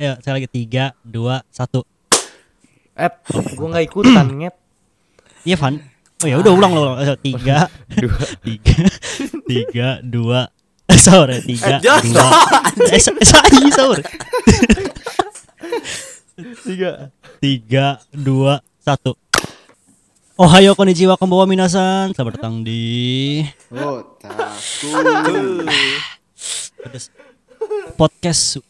Ayo, saya lagi tiga, dua, satu. Eh, gue nggak ikutan nget. Iya, Van. Oh ya udah ulang lo. Tiga, dua, tiga, tiga, dua. Eh, Sore tiga, Eh, jangan. dua. Eh, sa- eh, sahi, sore. Tiga. Tiga, dua, satu. Ohayo konnichiwa konbawa minasan. Selamat datang di Otaku. pedes. podcast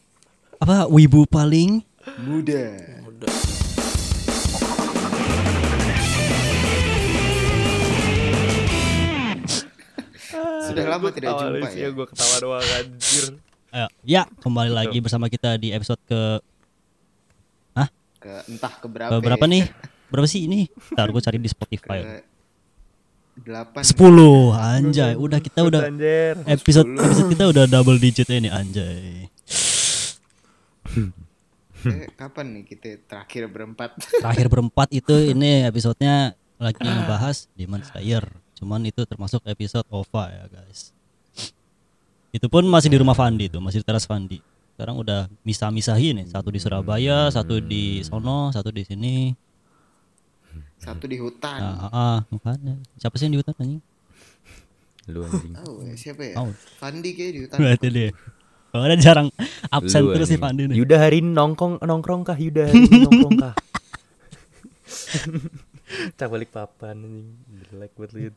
apa Wibu paling Muda. Sudah lama tidak jumpa ya. Gue ketawa doang anjir. Ayo, ya kembali lagi bersama kita di episode ke Ke- entah ke berapa. ke berapa ya. nih? Berapa sih ini? Ntar gue cari di Spotify. Ke Delapan. 10 anjay udah kita udah Anjir. episode episode kita udah double digit ini anjay Eh, Kapan nih kita terakhir berempat? terakhir berempat itu ini episodenya lagi ngebahas Demon Slayer cuman itu termasuk episode OVA ya guys itu pun masih di rumah Fandi tuh masih di teras Fandi sekarang udah misah-misahin nih satu di Surabaya satu di sono satu di sini Satu di hutan. nah, ah, ah, makanya. siapa sih yang di hutan anjing Lu anjing. Oh, siapa ya? Oh. Fandi kayak di hutan. berarti dia Soalnya jarang absen Lu terus sih anjing. Fandi nih Yuda hari ini nongkrong nongkrong kah Yuda hari ini nongkrong kah? Cak balik papan anjing. Jelek banget lu, Yud.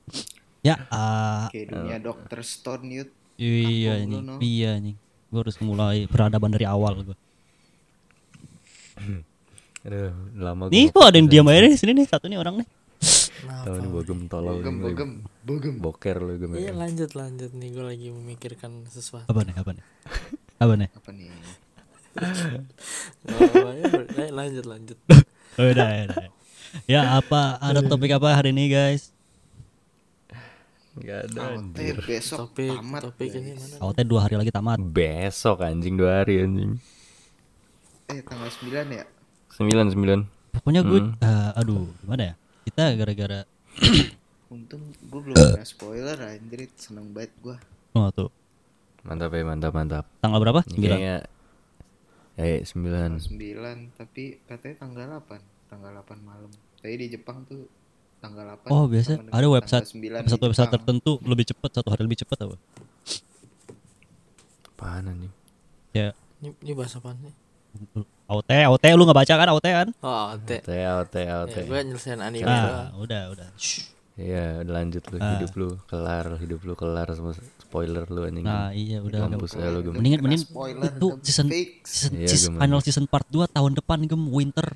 ya ah, Kayak dunia dokter Stone yut. Iya nih, Bruno. iya nih. Gue harus mulai peradaban dari awal gue. Aduh, lama Nih kok ada yang diam aja di sini nih satu nih orang nih. Tahun ini bogem tolol Bogem, ini lagi bogem, bogem. boker lu gem. Iya lanjut lanjut nih gue lagi memikirkan sesuatu. Apa nih? Apa nih? Apa nih? Apa nih? Oh, ya, ber- eh, lanjut lanjut. Oh, udah, ya, udah. Ya apa? Ada topik apa hari ini guys? Enggak ada. AOT Eh, besok Topik tamat. topik ini guys. mana? Awalnya dua hari lagi tamat. Besok anjing dua hari anjing. Eh, tanggal 9 ya? 9 9. Pokoknya gue, eh, aduh, gimana ya? Kita gara-gara Untung gue belum Eh. kena spoiler anjir seneng banget gue oh, tuh Mantap ya, mantap mantap. tanggal berapa? Ini Sembilan. Kayaknya Eh, 9. 9 tapi katanya tanggal 8 tanggal 8 malam Tadi di Jepang tuh tanggal 8 Oh biasa sama dengan ada tanggal website 9 di website website Jepang. tertentu lebih cepat satu hari lebih cepat apa? Apaan anjing? Ya Ini, ini bahasa apa nih? AOT, AOT lu nggak baca kan AOT kan? Oh ante. T L T L Iya, T. Ya, gue nyelesain anime Nah, doang. udah udah. Shh. Iya, udah lanjut lu Ah. hidup lu kelar, hidup lu kelar semua spoiler lu anjing. Nah iya udah. Mampus ya lu gem. Mendingan Kena mending spoiler, itu gem. season, Fix. season- Iya, season- gem. final season part 2 tahun depan gem winter.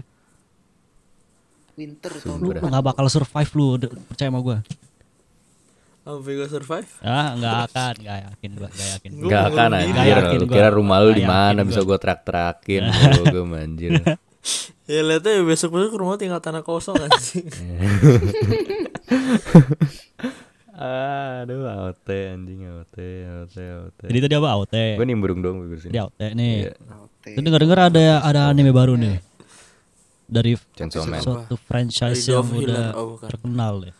winter tahun Lu depan nggak bakal survive lu d- percaya sama gua. Sampai gue Oh, survive. Ah, nggak akan, nggak yakin gua, nggak yakin. Enggak kan Nggak anjir, yakin lu gua. kira rumah lu di Nggak mana yakin bisa gua. gua trak-trakin lu gem anjir. Ya lihat aja besok besok rumah tinggal tanah kosong anjing. Aduh, AOT anjing, AOT, AOT, AOT. Jadi tadi apa AOT? Gue nimbrung doang bibir Tadi sini. AOT nih. Iya. AOT. Itu dengar-dengar ada ada anime baru nih. Dari Chainsaw Man. suatu franchise Dari yang Dove Hiller. udah Oh, bukan. terkenal deh.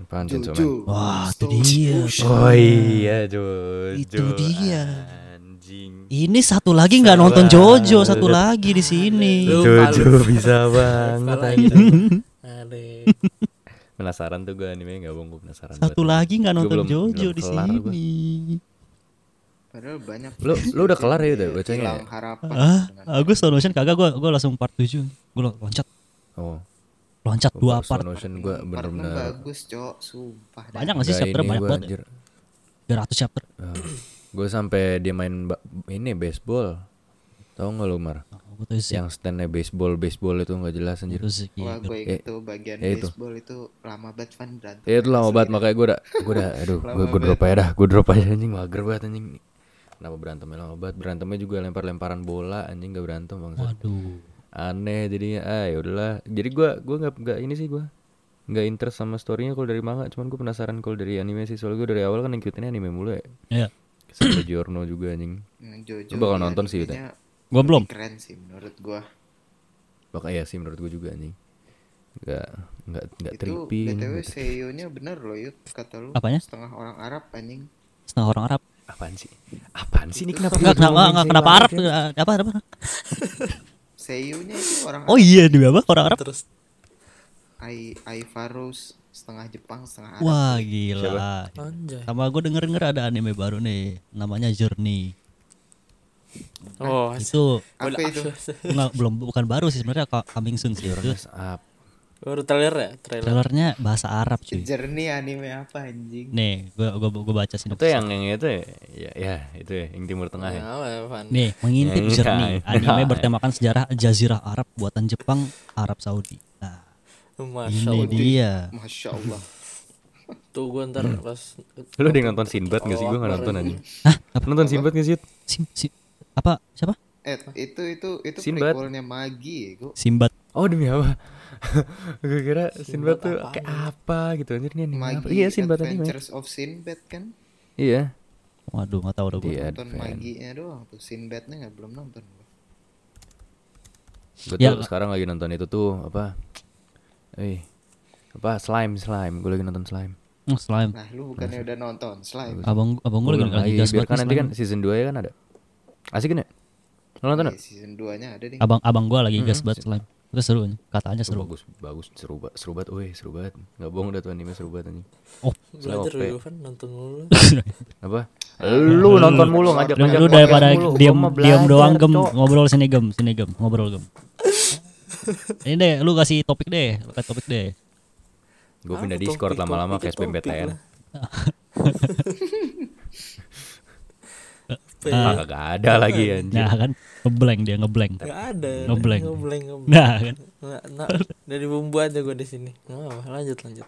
Apaan Chainsaw Man? Jojo Wah, itu dia. Oh iya, Jojo. Itu dia. Anjing. Ini satu lagi nggak nonton Jojo, satu lagi di sini. Jojo bisa banget Kepala anjing. gitu. Ada. Penasaran tuh gue anime enggak bohong gue penasaran. Satu banget. lagi nggak Gua nonton belum- Jojo belum di kelar gua. sini. padahal banyak Lu lu udah kelar ya udah bacanya. hilang ya? harapan Ah, dengan ah, gue slow motion kagak gue gue langsung part 7 gue loncat Oh. loncat dua Slow part Motion gue partner bener-bener Kan bagus cok sumpah dah. banyak nggak sih Nggak, chapter ini banyak gua banget anjir. tiga ratus chapter Gue sampai dia main ba- ini baseball. Tahu nggak lu Mar? gue Oh, tuh sih Yang standnya baseball baseball itu nggak jelas anjir. itu sih Wah gila. gue Eh, itu bagian ya itu. baseball itu lama banget fan berantem Iya itu lama banget makanya gue udah gue udah aduh gue gue drop aja dah gue drop aja anjing mager banget anjing kenapa berantemnya lama banget berantemnya juga lempar lemparan bola anjing gak berantem bangsa waduh aneh jadinya ah ya udahlah jadi gue gue nggak nggak ini sih gue nggak interest sama storynya kalau dari manga cuman gue penasaran kalau dari anime sih soalnya gue dari awal kan ngikutin anime mulu ya ya sampai Giorno juga anjing Hmm, Jojo Lu bakal dia nonton sih, Yuta? animenya gue belum keren sih menurut gue bakal ya sih menurut gue juga anjing nggak nggak nggak itu tripping btw CEO nya E bener loh yut kata lu Apanya? setengah orang Arab anjing setengah orang Arab Apaan sih? Apaan sih ini kenapa? Enggak gua kenapa ngomongin enggak Sheila kenapa Arab ya? eh, apa apa. Seiunya E itu orang Oh iya di apa orang Arab. Terus Ai Aivarus setengah Jepang setengah Arab. Wah gila. anjay. Sama gue denger denger ada anime baru nih namanya Journey. Oh, asik. Itu Apa itu? nggak belum bukan baru sih sebenarnya ka- coming soon sih itu. Yes, up. Baru trailer ya? Trailer. Trailernya bahasa Arab cuy. Jernih anime apa anjing? Nih, gue gua, gua baca sinopsis. Itu yang yang itu ya, ya, ya itu ya, yang Timur Tengah ya. Nah, apa ya, Van? Nih, mengintip Ya, Journey, iya. anime bertemakan sejarah jazirah Arab buatan Jepang, Arab Saudi. Nah, ini Masya Allah. dia. Masya Allah. Tuh gue ntar pas Lu udah nonton Sinbad gak sih? Gue gak Allahu nonton Akbar. aja. Hah, apa? Nonton Sinbad gak sih? Sim, sim, apa? Siapa? Eh, itu itu itu Sinbad. prequelnya Magi, ya, gue Simbad. Oh demi apa? gue kira Sinbad tuh kayak apa gitu anjir nih anime apa? Magi Iya Sinbad anime. Adventures of Sinbad kan? Iya. Waduh, nggak tahu udah gue. Iya. Nonton Maginya doang tuh Sinbadnya nggak belum nonton gua. Betul Ya. sekarang lagi nonton itu tuh apa? Eh apa slime slime gue lagi nonton slime. Oh, slime. Nah, lu bukannya udah nonton Slime? Abang, abang gue lagi Belum lagi gas biar banget. kan nih nanti kan slime. season 2 ya kan ada. Asik kan ya? Lo nonton Iya, gak? season 2-nya ada nih. Abang, abang gue lagi gas banget slime. Itu seru, nih. katanya seru. Bagus bagus seru banget seru banget woi seru banget. Enggak bohong dah tuh anime seru banget anjing. Oh, Belajar Oke. dulu Van nonton mulu. Apa? Lu nonton mulu ngajak lu, ngajak lu daripada podcast mulu. diam Gua mah diam belajar, doang gem Cok. ngobrol sini gem sini gem ngobrol gem ini deh lu kasih topik deh lu kasih topik deh Gue pindah Apa Discord topik, lama-lama kayak topik, SBMPTN. topik Ah, kagak ada lagi anjir. nah kan ngeblank dia ngeblank Gak ada. Ngeblank. Ngeblank. ngeblank. nah kan Nggak, nah, dari bumbu aja gue di sini. Nggak apa-apa, lanjut lanjut.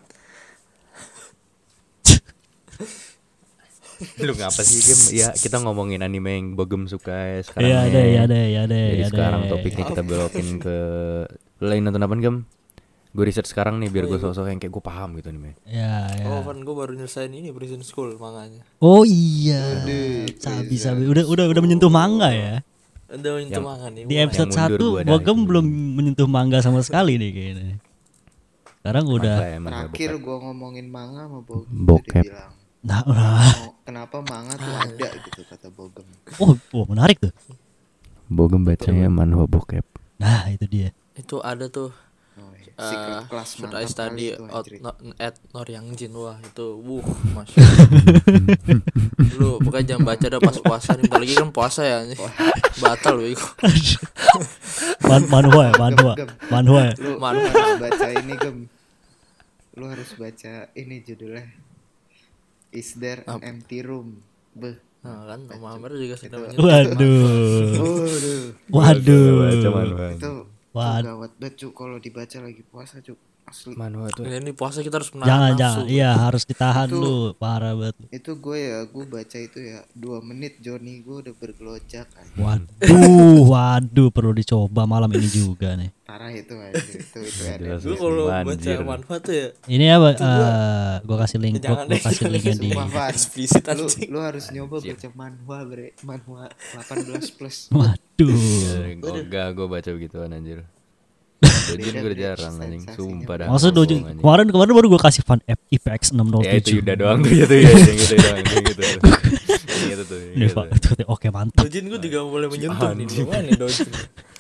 Lu ngapa sih Gem? Ya kita ngomongin anime yang Bogem suka ya sekarang. iya deh ya. iya deh iya deh Jadi iya sekarang deh. topiknya kita belokin ke Lu lagi nonton apa Gem? Gue riset sekarang nih biar gue sosok yang kayak gue paham gitu anime. ya ya Oh, Van gue baru nyelesain ini prison school makanya. oh iya sabi sabi udah udah udah menyentuh manga ya Ada yang temangan nih. di mulai. episode 1 mundur gua dari Bogem itu. belum menyentuh manga sama sekali nih kayaknya sekarang udah Masa emang gak Terakhir gua ngomongin manga sama Bogem Bokep. bilang "Oh, nah udah. kenapa manga tuh ada gitu kata Bogem. oh, oh menarik tuh Bogem bacanya manhwa bokep. nah itu dia Itu ada tuh Oh, iya. Secret eh class should mantap I kali study itu out anjir. no, at Noryangjin wah itu wuh masya Allah. lu pokoknya jangan baca dah pas puasa nih apalagi kan puasa ya nih batal lu Man, manhua ya, manhua, Gem, gem. manhua ya. Lu Malu. harus baca ini Gem. Lu harus baca ini judulnya. Is there an empty room? Beh. nah kan Om Amer juga sudah banyak Waduh, Waduh. Baca waduh, manhwa. Itu Wad- Wad. gawat banget Cuk. kalau dibaca lagi puasa Cuk. Asli. Manhwa tuh ini puasa kita harus menahan jangan nafsu. jangan, iya harus ditahan Itu- lu, parah banget. Hmm. Itu gue ya, gue baca itu ya dua menit Joni gue udah bergelojak kan. anjir. Waduh, waduh perlu dicoba malam ini juga nih. Parah itu anjir. Itu itu ada. jelas lu ya. kalau baca Anjir. manfa tuh ya Ini apa? eh, gua kasih link, gua, jangan gua deh, kasih jangan linknya di. Sumpah Van. Eksplisit, lu, anjing. lu harus nyoba baca manhwa bre Manhwa 18 plus Waduh, oh, Enggak, gue baca begituan anjir. Dojin gue udah jarang anjing, sumpah dah. maksud ngomong, dojo anjing. kemarin kemarin baru gua kasih fan F- IPX Ya itu 607. Yuda doang tuh, itu ya yang gitu doang, yang gitu. Yang gitu tuh. yang Nih, gitu. Iya, Pak, itu- itu- Oke mantap. dojin gue juga boleh Ah, menyentuh nih gimana nih dojin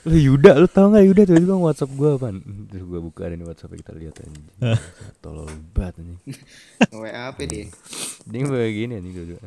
Lu Yuda, lu tau gak Yuda tiba-tiba WhatsApp gue apa? Terus gue buka di WhatsApp kita lihat anjing. Tolol banget anjing. WA apa dia Dia kayak gini anjing dua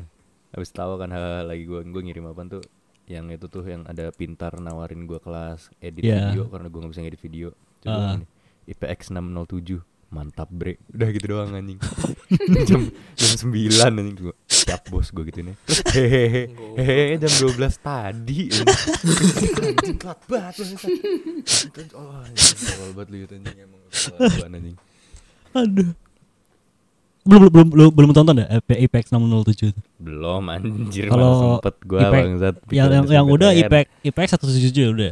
Habis tawa kan hahaha, lagi gue gue ngirim apa tuh? Yang itu tuh yang ada pintar nawarin gue kelas edit Iya. video karena gue gak bisa ngedit video. Terus gua gini, IPX 607 mantap bre udah gitu doang anjing jam jam sembilan anjing gua siap bos gue gitu nih Terus, hehehe hehehe jam 12 tadi anjing telat banget lu, Sat. oh anjing tolol banget lu Yud, anjing emang kelakuan, anjing Aduh. Belum belum belum lu- belum tonton ya F- IPX 607. itu? belum anjir Kalau malah sempet gue IPX bangsat Yang yang, pikiran yang udah SBMPTN. IPX IPX 177 ya udah.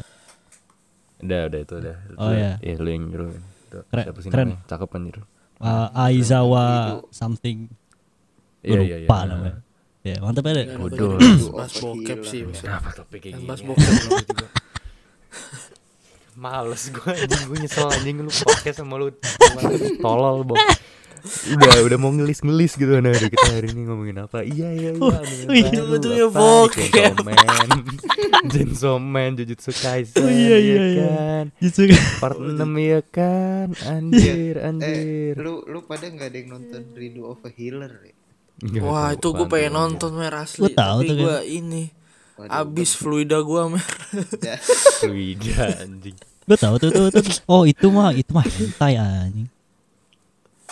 Udah, udah itu udah. Itu Oh, udah. iya. Iya, lu yang nyuruh. Tuh, Keren, Siapa sih keren. namanya? Cakep anjir. Uh, Aizawa something Iya, Gua iya, iya. lupa namanya. Ya, mantap ya. Dek. Bodoh. mas kan bokep sih Iya, Kenapa topiknya Yang gini? bahas gitu, bokep Males gue anjing, gue nyesel anjing lu podcast sama lu. Tolol, Bang. udah udah mau ngelis-ngelis gitu nah udah kita hari ini ngomongin apa iya iya iya oh iya, betul ya, Vok. Gentleman Gentleman Jujutsu Kaisen Oh iya, iya, ya iya. kan Justru part 6 ya kan anjir eh anjir lu lu pada nggak ada yang nonton Rindu of a Healer ya? Nggak Wah tahu itu gue apaan pengen tuh. nonton mer asli tahu Tapi tuh, gue ini Abis fluida gue mer Ya, Wida anjing gue tahu tuh, tuh, tuh. Oh itu mah itu mah hentai anjing.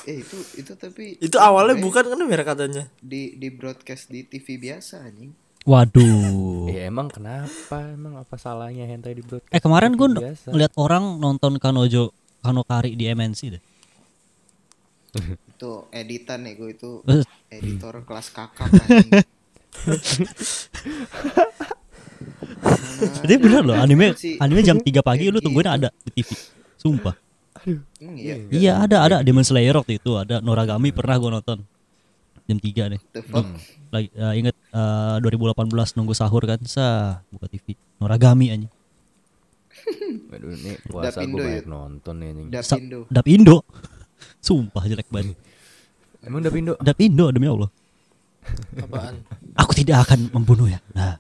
eh itu itu tapi Itu eh, awalnya bukan kan mer katanya di di broadcast di TV biasa anjing. Waduh. Ya emang kenapa Emang apa salahnya hentai di broadcast Oh. Eh kemarin gue Biasa. ngeliat orang nonton Kanojo Kanokari di MNC deh. Itu editan ya gue itu Terus, editor kelas kakap anjing. Jadi bener loh anime Si- anime jam 3 pagi lu tungguin ada di TV. Sumpah. Emang iya. Iya ada ada Demon Slayer waktu itu ada Noragami pernah gue nonton jam 3 deh. The fuck? Lagi eh, inget eh, 2018 nunggu sahur kan sah buka TV Noragami anjing. Aduh ini puasa gue Dapindo ya? banyak nonton nih anjing Sa- Dapindo. Dap Indo. Sumpah jelek banget. Emang Dapindo Dap Indo demi Allah. Apaan Aku tidak akan membunuhnya. Nah.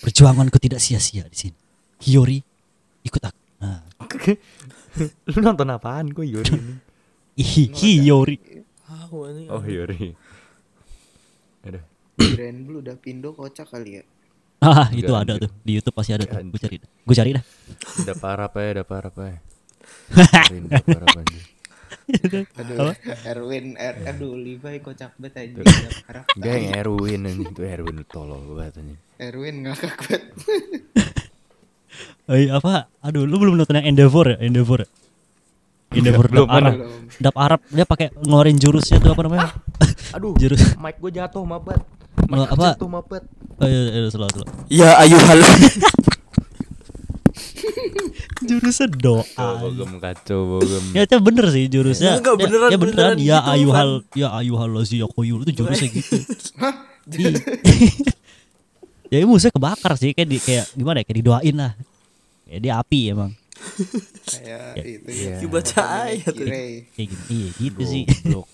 Perjuanganku tidak sia-sia di sini. Hiyori ikut aku. Nah. Lu nonton apaan gue Yori ini Hi- Hiyori. Ah gue ini Oh Yori Aduh Grand Blue Dapindo kocak kali ya. Ah, itu Gak ada anjir. tuh di YouTube pasti ada tuh. Gak Gue anjir. cari dah. Gue cari dah. Udah parah apa ya Udah parah apa ya Udah parah apa anjing Aduh, Erwin, er, aduh, Levi kocak banget anjing. Harap Enggak yang Erwin anjing Itu Erwin lu tolol banget anjing Erwin ngakak banget. Eh apa? Aduh, lu belum nonton yang Endeavor ya? Endeavor. Ya? Endeavor Belum, dap Arab. mana? Dap Arab dia pakai ngeluarin jurusnya tuh apa namanya? Aduh Jurus. Mic gue jatuh mabet Mic gua Apa? jatuh, Jatuh mabet Oh, iya, iya, salah, salah. Ya ayo halo Jurusnya doa. Bogem kacau bogem Ya itu bener sih jurusnya. Enggak, Ya- beneran- ya beneran, beneran ya gitu, ayuhal ya ayuhal lazi ya koyul itu jurusnya gitu. Iya. ya ini musuhnya kebakar sih kayak di, kayak gimana ya kayak didoain lah. Kayak dia api emang. Kayak itu ya. Iya. Dibaca ayat tadi. Kirei. Kayak gitu. Iya gitu sih. Goblok.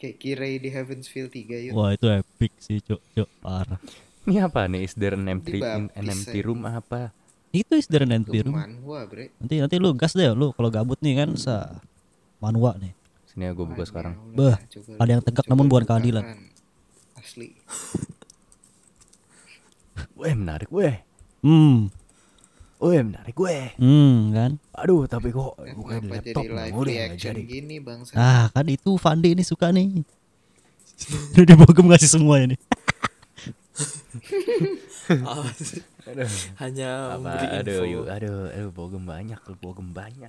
Kayak Kirei di Heavensville 3 yuk. Wah, itu epic sih, Cok. Cok, parah. Ini apa nih Is there an empty, Dibaptis, an empty anjing. room apa Itu is there an iya, empty room? Lumayan gua, Bre. Nanti nanti lu gas deh lu kalau gabut nih kan sa manua nih. Sini ya gue buka sekarang Ya Allah, Beuh, coba ada lu- yang tegak coba namun lu bukan keadilan. bukakan. Kan, Asli. Weh menarik weh Hmm, Weh menarik weh hmm kan. Aduh tapi kok bukan Eh, Kenapa laptop jadi live memori nggak ya? reaction gitu? jadi gini, Bangsa? Ah, kan itu Fandi ini suka nih. Udah dibogem ngasih semua ini. Ah, Hanya apa memberi aduh info yuk, aduh aduh bogem banyak lu bogem banyak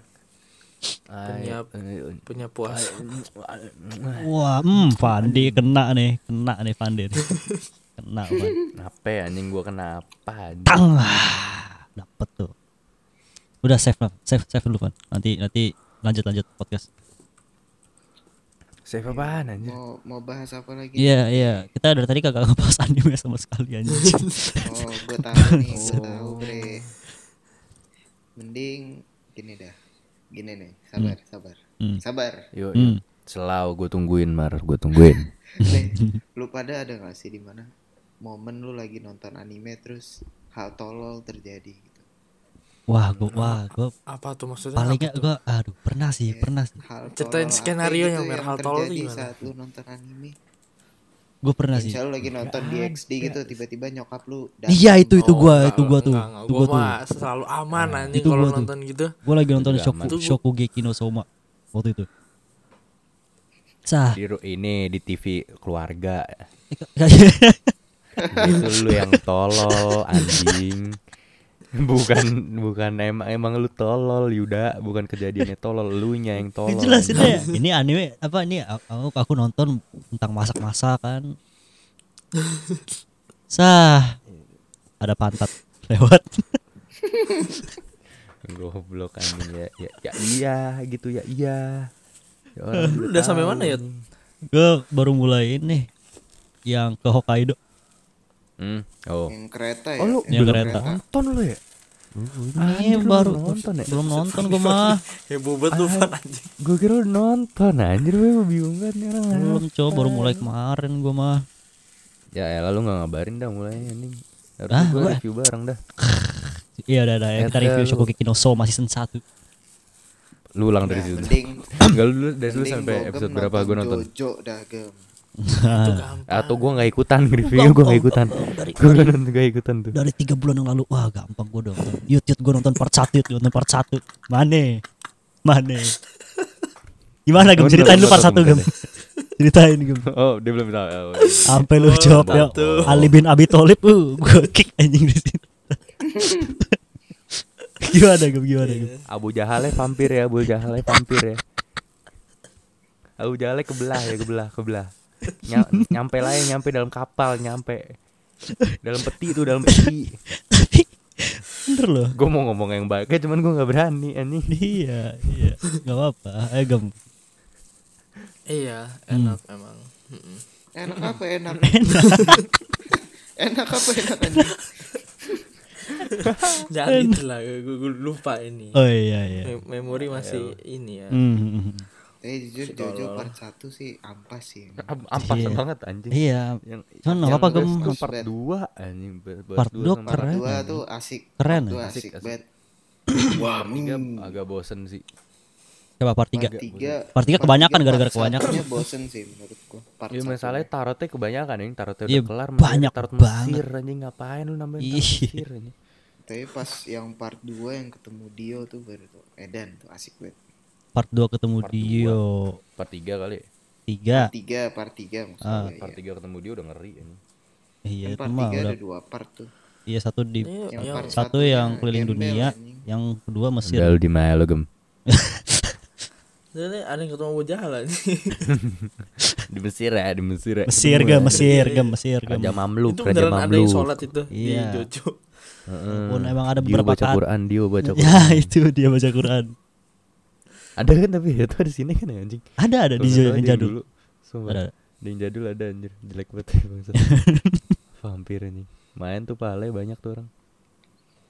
Punya- Punya puasa Wah, hmm Fandi kena nih, kena nih Fandi nih. Kena Fandi. Kenapa ya, anjing gua kenapa anjing? Tang. Ah, Dapet tuh. Udah save lah, save save dulu Fan. Nanti nanti lanjut lanjut podcast. Save apaan anjing? Mau mau bahas apa lagi? Iya iya, kita dari tadi kagak ngebahas anime sama sekali anjing. Oh, gue tahu nih, gue tahu, Bre. Mending gini dah. Gini nih, sabar, sabar. Hmm. Sabar. Yuk, Hmm. yuk. Selau gua tungguin Mar, gua tungguin. Nih, lu pada ada gak sih di mana momen lu lagi nonton anime terus hal tolol terjadi gitu. Wah, gua wah, gua Apa tuh maksudnya paling apa nggak tuh? gua aduh, pernah sih, Iya. pernah sih. Hal tolol apa Ceritain gitu skenario yang mer, hal tolol terjadi gimana? saat lu nonton anime. Gue pernah sih. Misal lu lagi nonton DxD gitu, tiba-tiba nyokap lu datang. Iya itu itu Oh, gua enggak, itu gua tuh. enggak, enggak. Itu Gua gua tuh. Nah, mah selalu aman anjing itu kalau gua tuh. nonton gitu Gua lagi nonton Itu Shoku, aman. Shokugeki no Soma waktu itu. Sah. Di ru- ini di TV keluarga. Kayak- Itu lu yang tolol anjing. Bukan bukan emang emang lu tolol Yuda, bukan kejadiannya tolol, lu nya yang tolol. Dijelasin anjing. ya. Ini anime apa ini aku, aku nonton tentang kan. masak-masakan. Sah. Ada pantat lewat. Goblok anjing ya. Ya, ya iya gitu ya iya. Ya orang Lu udah sampai tahu. mana ya? Gue baru mulai ini yang ke Hokkaido. Hmm. Oh. Yang kereta ya. Oh lu Yang belum kereta. nonton lu ya? Ini baru belum nonton ya? gue mah Heboh banget Ya, lu Van anjing. Gue kira udah nonton anjir gue bingung kan nih orang. belum coba baru mulai kemarin gue mah Ya elah lu gak ngabarin dah mulai anjing. Ah, Harusnya gue gua- review bareng dah. iya udah udah ya, kita Eta review lu. Shokugeki no Soma season 1 Lu ulang dari Nah, situ. mending Enggak lu dulu- dari dulu mending sampai Gogem episode berapa gue nonton. Eh, Jojo dah gem. Itu gampang. Atau gue gak ikutan review gue gak ikutan. Gue gak nonton gak ikutan tuh. dari tiga bulan yang lalu wah gampang gue dong yut yut gue nonton part satu yut nonton part satu mana mana gimana gem Nonton ceritain lu part part satu satu, gem ceritain gem Oh dia belum tahu. Oh, sampai lu jawab ya mantap. Ali bin Abi Tholib uh gue kick anjing di sini gimana gem gimana gem Abu Jahalnya vampir ya, Abu Jahalnya vampir ya. Abu Jahalnya kebelah ya, kebelah, kebelah. Nya- nyampe lah ya, nyampe dalam kapal, nyampe. Dalam peti tuh, dalam peti. tapi bener loh Gue mau ngomong yang baik, eh, cuman gue nggak berani anjing. iya iya nggak apa-apa ayo gem Iya, Hmm. enak emang. Mm-mm. Enak apa enak? enak apa enak anjing? Jangan itulah, gue, gue lupa ini. oh iya iya Mem- Memori masih ini ya. Hmm, Eh jujur Jojo part 1 sih ampas sih. emang. Am- Ampas Iya. banget anjing. iya Yang cuman nggak apa-apa gem Yang- part Bad. 2 anjing. Part Part dua dua sama keren. ya. Dua tuh asik. Keren, ya. Dua asik, asik, asik. banget. part tiga agak bosen sih. coba part tiga Part tiga. Part tiga tiga kebanyakan, part gara-gara satunya kebanyakan. bosen sih menurut gua. Part Iya satu. masalahnya tarotnya kebanyakan anjing, tarotnya Iya, udah kelar masih ada banyak tarot banget. Iya. Mesir anjing ngapain lu nambahin Ih. tarot Mesir anjing. Tapi pas yang part 2 yang ketemu Dio tuh baru tuh Edan tuh asik banget. part 2 ketemu Part dua. Dio Part 3 kali. ya? Iya. tiga Tiga part 3 Ah, maksudnya. Part 3 ketemu dia udah ngeri anjing. iya itu Kan part mah 3 udah ada dua part tuh. iya satu di Ini Yang yang part satu satunya yang keliling gembel, dunia anjing. yang kedua Mesir Sendal di mana lu gem? ini ada yang ketemu Abu Jahal anjing. Di Mesir ya, di Mesir ya. Mesir Ketemu gem ya. Mesir gem Mesir gem Raja Mamluk, itu Raja beneran ada yang Mamluk. sholat itu di Iya. Jojo. Heeh. Pun emang ada Dio beberapa baca kata. Quran, Dio baca Quran. ya itu dia baca Quran Ada kan tapi ya tuh ada sini kan ya, anjing. ada ada di Kalau Jojo nggak salah ada yang jadul dulu. Sumpah. Ada. ya, Ada yang jadul ada anjir, jelek banget ya, bangsa. Vampir anjing. Main tuh pale banyak tuh orang.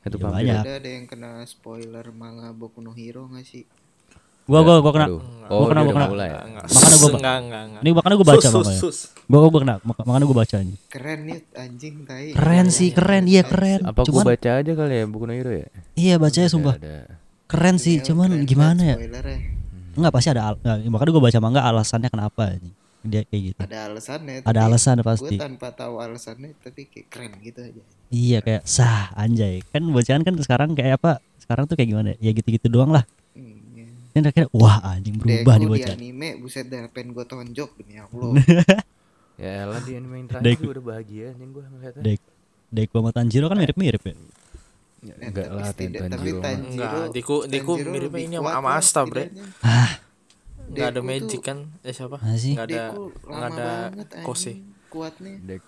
Itu Iya, vampir. banyak. Ada ada yang kena spoiler manga Boku no Hero gak sih? gua gua gua kena Aduh. gua Oh, kena dia gua udah kena mulai. ya? Enggak, Makanya gua- enggak, enggak, enggak. ini makanya gua baca Sus, sus, makanya sus. gua gua kena mak- makanya gua baca ini Keren nih anjing tai. keren sih keren iya keren Apa gua cuman baca aja kali ya buku no hero ya? iya bacanya Ada, sumpah ada. keren sih cuman gimana ya Spoilernya enggak pasti ada al- nggak, makanya gua baca mangga alasannya kenapa ini dia kayak gitu ada alasannya. ada alasan Gue pasti tanpa tahu alasannya tapi kayak keren gitu aja. Iya kayak sah anjay kan bacaan kan sekarang kayak apa sekarang tuh kayak gimana ya gitu-gitu doang lah Hmm, ya. dan akhirnya wah anjing berubah nih Deku di bacaan anime buset dah pengen gue tonjok demi Allah. Ya elah di anime yang Dek. terakhir gua udah bahagia anjing gua ngeliatnya. Dek Deku sama Tanjiro kan mirip-mirip ya Ya, Eh, Enggak tapi lah setidak- Tentan tapi Jiro. Tanjiro, Enggak, Deku- Deku Tanjiro miripnya lebih ini sama- kuat sama lah Asta, Bre. setidaknya. Ah, Enggak ada Deku magic tuh- kan? Eh siapa? Nah sih Enggak ada Deku lama enggak ada banget, anjing, Kose. Kuatnya. Dek.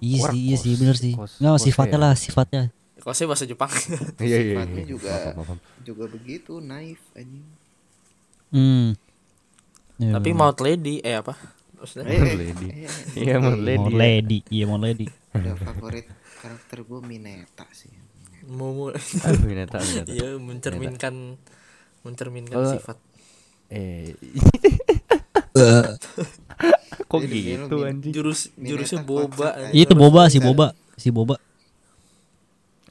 iya Warkos, sih iya sih bener sih kos- nggak kosnya sifatnya ya. lah sifatnya Kose bahasa Jepang. Iya iya. Sifatnya iya. juga Maaf, maaf. juga begitu naif anjing. hmm Iya, Tapi bener. Mount Lady eh apa? Maksudnya Eh, eh, Lady. eh, eh, Iya mau lady. Mon ya. Lady iya Mon Lady udah favorit karakter gue Mineta sih. Momo Aduh Mineta Mineta. Iya, mencerminkan mencerminkan Eh, sifat. Eh. Jadi Kok dia gitu lebih- anjing? Jurus Mineta jurusnya kuat boba. Iya, sekali. anjing. Iya, itu boba si boba si boba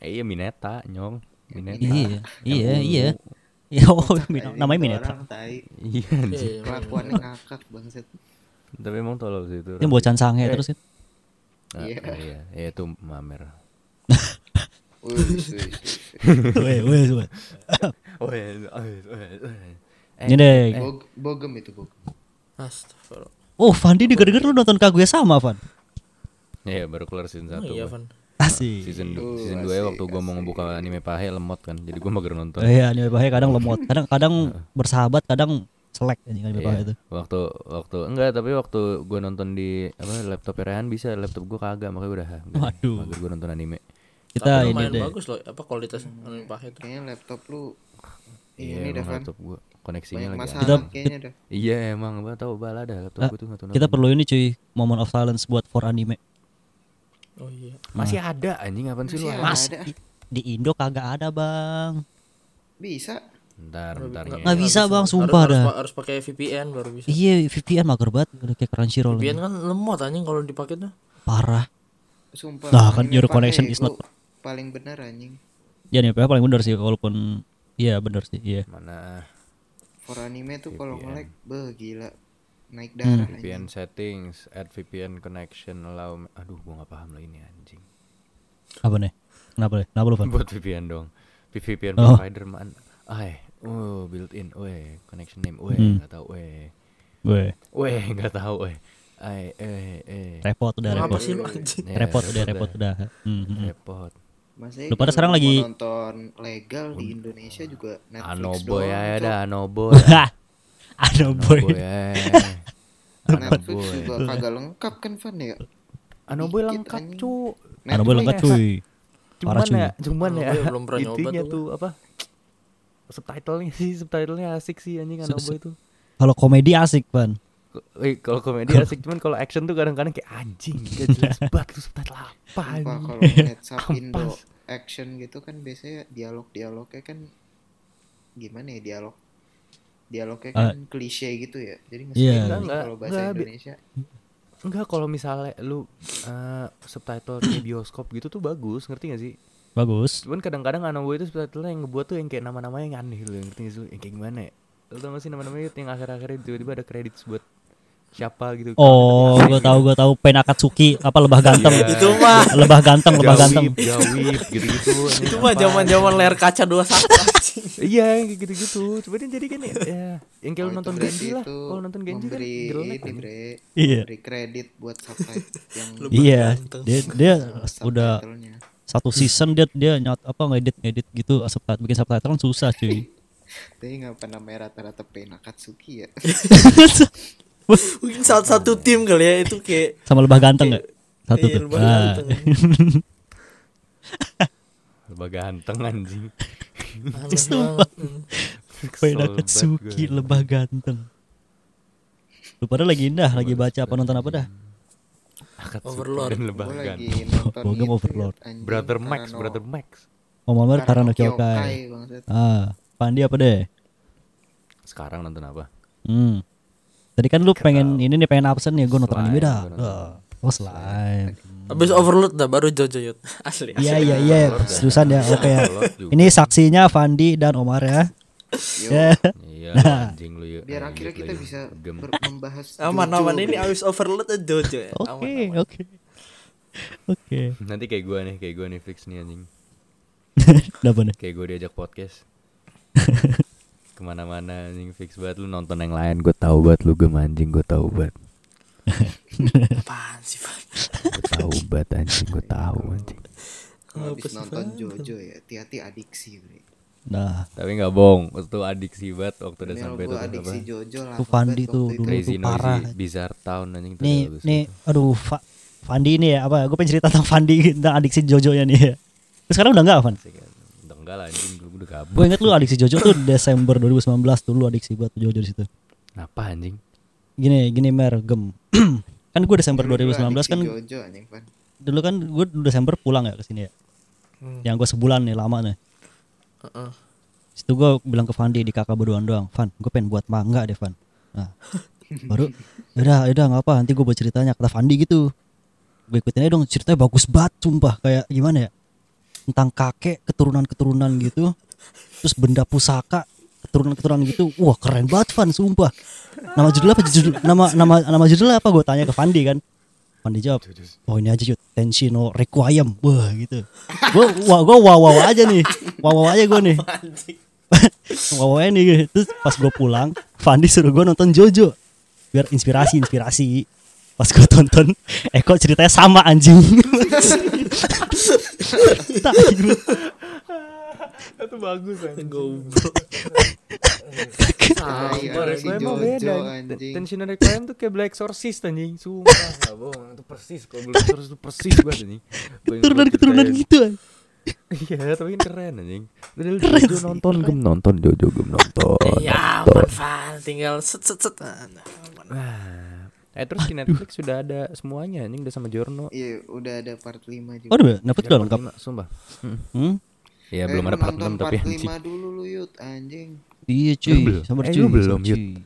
Eh iya Mineta nyong. Mineta. iya Yang iya ungu. iya ya oh Min- Anjing, namanya itu Mineta orang tai. Iya. anjing. Iya, emang. Kelakuannya ngakak banget. Tapi emang tolol sih itu. ini bocan sange terus kan Ah, Iya. Iya. Iya itu mamer. Weh, weh, weh. Oh iya. oh, iya, oh, iya, oh, iya. ini deh Bogem itu bogem. Astagfirullah. oh Fandi denger-denger lu nonton Kaguya sama Fan Iya baru keluar season Oh, 1 iya, Van. asik Season 2 Oh, season 2 ya asik, waktu gua mau ngebuka anime pahe lemot kan. Jadi gua mager nonton. Eh, Iya, anime bahaya kadang lemot, kadang kadang Iya. bersahabat, kadang selek anjing anime bahaya Iya, itu. Waktu waktu enggak tapi waktu gue nonton di apa laptop Rehan bisa laptop gue kagak makanya udah. ah, udah, Waduh. Mager gue nonton anime. Kita Tapi ini lumayan deh. bagus loh apa kualitas anime pahe itu. Kayaknya laptop lu Iya ini dah emang Van. laptop gue koneksinya banyak lagi. masalah aneh. Kita- kayaknya dah. Iya emang gue tahu bala dah laptop Ah, gue tuh nggak tahu Kita namanya. perlu ini cuy, moment of silence buat for anime. Oh iya. masih ada anjing apaan sih lu? Masih Mas Iya, ada. di Indo kagak ada bang Bisa. Bentar, bentar Iya, Nggak- Nggak ya. bisa, Bang, Harus- sumpah harus, dah. Harus, harus pakai VPN baru bisa. iya VPN mager banget udah kayak Crunchyroll gitu. VPN kan lemot anjing kalau dipakai tuh. parah Sumpah. Nah, yang kan your dipakai connection is lu not- paling benar anjing. ya nih paling bener sih walaupun iya bener sih iya Mana For anime tuh kalau Iya. nge-lag, beh gila. Naik Hmm. darah anjing. VPN settings, add VPN connection allow. me- Aduh, gua nggak paham lah ini anjing. apa nih kenapa nih kenapa lu Van? Buat VPN dong. VPN Oh. provider man. Ay, oh built in, weh connection name, weh Hmm. nggak tahu, weh Weh, weh nggak tahu, weh Ay, eh, eh. repot udah repot Apa Iya, Iya. sih Iya, lu anjing? Ya, repot udah repot udah Hmm, dah. hmm. Repot. Masih Lu pada sekarang lagi- nonton legal di Indonesia juga Netflix Anoboy doang, Ah, ya Cok. ada Anoboy. ya. Anoboy Anoboy. ya. Netflix Anoboy. juga kagak lengkap kan Van ya. Anoboy Dikit, lengkap, anjing. Cuk. Anoboy lengkap cuy Parah, Cuman cuy. ya, cuman ya. Anoboy belum pernah nyoba itunya tuh. tuh apa? Subtitlenya sih, subtitlenya asik sih anjing Su- Anoboy itu. kalau komedi asik Van Ko- Eh, kalau komedi asik cuman kalau action tuh kadang-kadang kayak anjing, gak jelas banget tuh subtitle apa Sumpah anjing. kalau ngeliat sub Indo Ampas. action gitu kan biasanya dialog-dialognya kan gimana ya dialog dialognya kan klise gitu ya. Jadi mesti Ah. Iya. ngerti Enggak, kalau bahasa enggak, bi- Indonesia. Enggak kalau misalnya lu eh, subtitle di bioskop gitu tuh bagus, ngerti gak sih? bagus Cuman kadang-kadang Anoboy itu subtitlenya yang ngebuat tuh yang kayak nama-namanya yang aneh lu, ngerti gak sih? lu? Yang kayak gimana ya? Lu tau gak sih nama-namanya itu yang akhir-akhirnya tiba-tiba ada kredit buat siapa gitu. oh gua tahu gua tahu penakatsuki apa lebah ganteng Iya. Itu mah. lebah ganteng lebah ganteng Jawib, jawib gitu-gitu. anjing, Itu mah apaan? zaman-zaman layar kaca dua satu anjing. Iya, yang kayak gitu-gitu. Coba dia jadi kan ya, ya, yang kayak Oh, lu itu nonton berarti Genji lah. itu Kalau nonton Genji kan memberi jelek ini, kan. bre, Iya. Beri kredit buat subtitle yang iya Ganteng. dia dia udah subtitlenya. satu season dia dia nyot apa ngedit ngedit gitu subtitle bikin subtitle kan susah cuy Tapi ngapa namanya rata-rata penakatsuki ya? Iya, Mungkin salah satu tim kali ya itu kayak sama lebah ganteng nggak satu kayak tuh Iya, lebah Ah. ganteng. Lebah ganteng anjing. Aneh Sumpah. banget. hmm. Kesel Penakatsuki banget lebah ganteng lu pada lagi indah lagi baca apa nonton apa dah gua. Akatsuki Overlord. dan lebah Gue lagi ganteng. nonton Bogem itu, ya, Overlord. anjing, Brother Max, Karano- Brother Max. Momomer Karano Kyokai Kyokai, bangsat. ah Pandi apa deh Sekarang nonton apa? hmm tadi kan lu pengen ini nih pengen absen ya gua nonton Slime, anime dah gua nonton. Ah, oh slime Abis overload dah baru Jojo Yud. Asli. iya iya iya seriusan ya oke ya Overlord juga. ini saksinya Fandi dan Omar ya Yo, Ya. Iya, lu anjing lu yuk. biar Anjing akhirnya lu kita yuk. bisa Gem. ber- membahas Aman Jojo. aman ini abis overload aja Jojo ya. Aman, oke aman. oke oke Nanti kayak gua nih, kayak gua nih fix nih anjing. Kenapa nih? Kayak gua diajak podcast. Kemana-mana anjing fix banget lu nonton yang lain gue tahu banget lu gem anjing gue tahu banget Apaan sih Pak? gue tahu banget anjing gue tahu anjing Kalau habis Nah. nonton Jojo ya, hati-hati adiksi, Bre. Nah, tapi nggak bohong waktu itu adiksi banget waktu udah Padahal sampai gua tuh apa adiksi Jojo lah. Tuh Fandi tuh dulu. crazy Itu noisy parah. bizarre town anjing tuh nih, udah bagus nih, tuh. aduh, Fa- Fandi ini ya apa? Gue pengen cerita tentang Fandi tentang adiksi Jojo nya nih. Ya. Terus sekarang udah enggak, Van? Asik kan. udah enggak lah anjing dulu udah kabur Gue inget lu adiksi Jojo tuh Desember 2019 tuh lu adiksi buat Jojo di situ. Kenapa anjing Gini, gini mer gem. kan gue Desember 2019 kan Jojo anjing, Van. dulu kan gue Desember pulang ya ke sini ya. Hmm. Yang gue sebulan nih lama nih. Heeh. Situ gue bilang ke Fandi di kakak berduaan doang, Van, gue pengen buat mangga deh Van. Nah, baru, yaudah, yaudah nggak apa, nanti gue buat ceritanya kata Fandi gitu. Gue ikutin aja dong, ceritanya bagus banget, sumpah kayak gimana ya? Tentang kakek keturunan-keturunan gitu, terus benda pusaka keturunan-keturunan gitu, wah keren banget Van, sumpah. Nama judulnya apa? Judul, nama nama nama judulnya apa? Gue tanya ke Fandi kan. Fandi jawab, oh ini aja Yud, Tenshi no Requiem, wah gitu. Gue wah gue wow wow aja nih, wow wow aja gue nih. Anjing. Wawain nih Terus pas gue pulang Fandi suruh gue nonton Jojo Biar inspirasi-inspirasi Pas gue tonton Eko ceritanya sama anjing Tai lu. itu bagus anjing Goblok. Tai Iya, adiksi Ah, emang Jojo beda ya. anjing. tensioner kalian tuh kayak black exorcist anjing sumpah nggak bohong itu persis kalau black exorcist itu persis banget anjing Gua ingat gua Keturunan-keturunan ceritain. gitu anjing. Iya, tapi kan keren anjing. Udah lu Jojo nonton, gem nonton, Jojo gem nonton. Ya aman Van tinggal set set set. Nah, nah, aman. Wah. Eh terus di Netflix sudah ada semuanya anjing udah sama Oh, Jorno. Iya, udah ada part 5 juga. Waduh, dapet gue lengkap Lima, Sumpah. hmm? Ya Eh, belum lu ada part nonton 6 tapi part anjing. 5 dulu lu yut anjing. Iya Lu cuy, belum? sabar Eh, cuy. lu belum, sabar, Yud. cuy.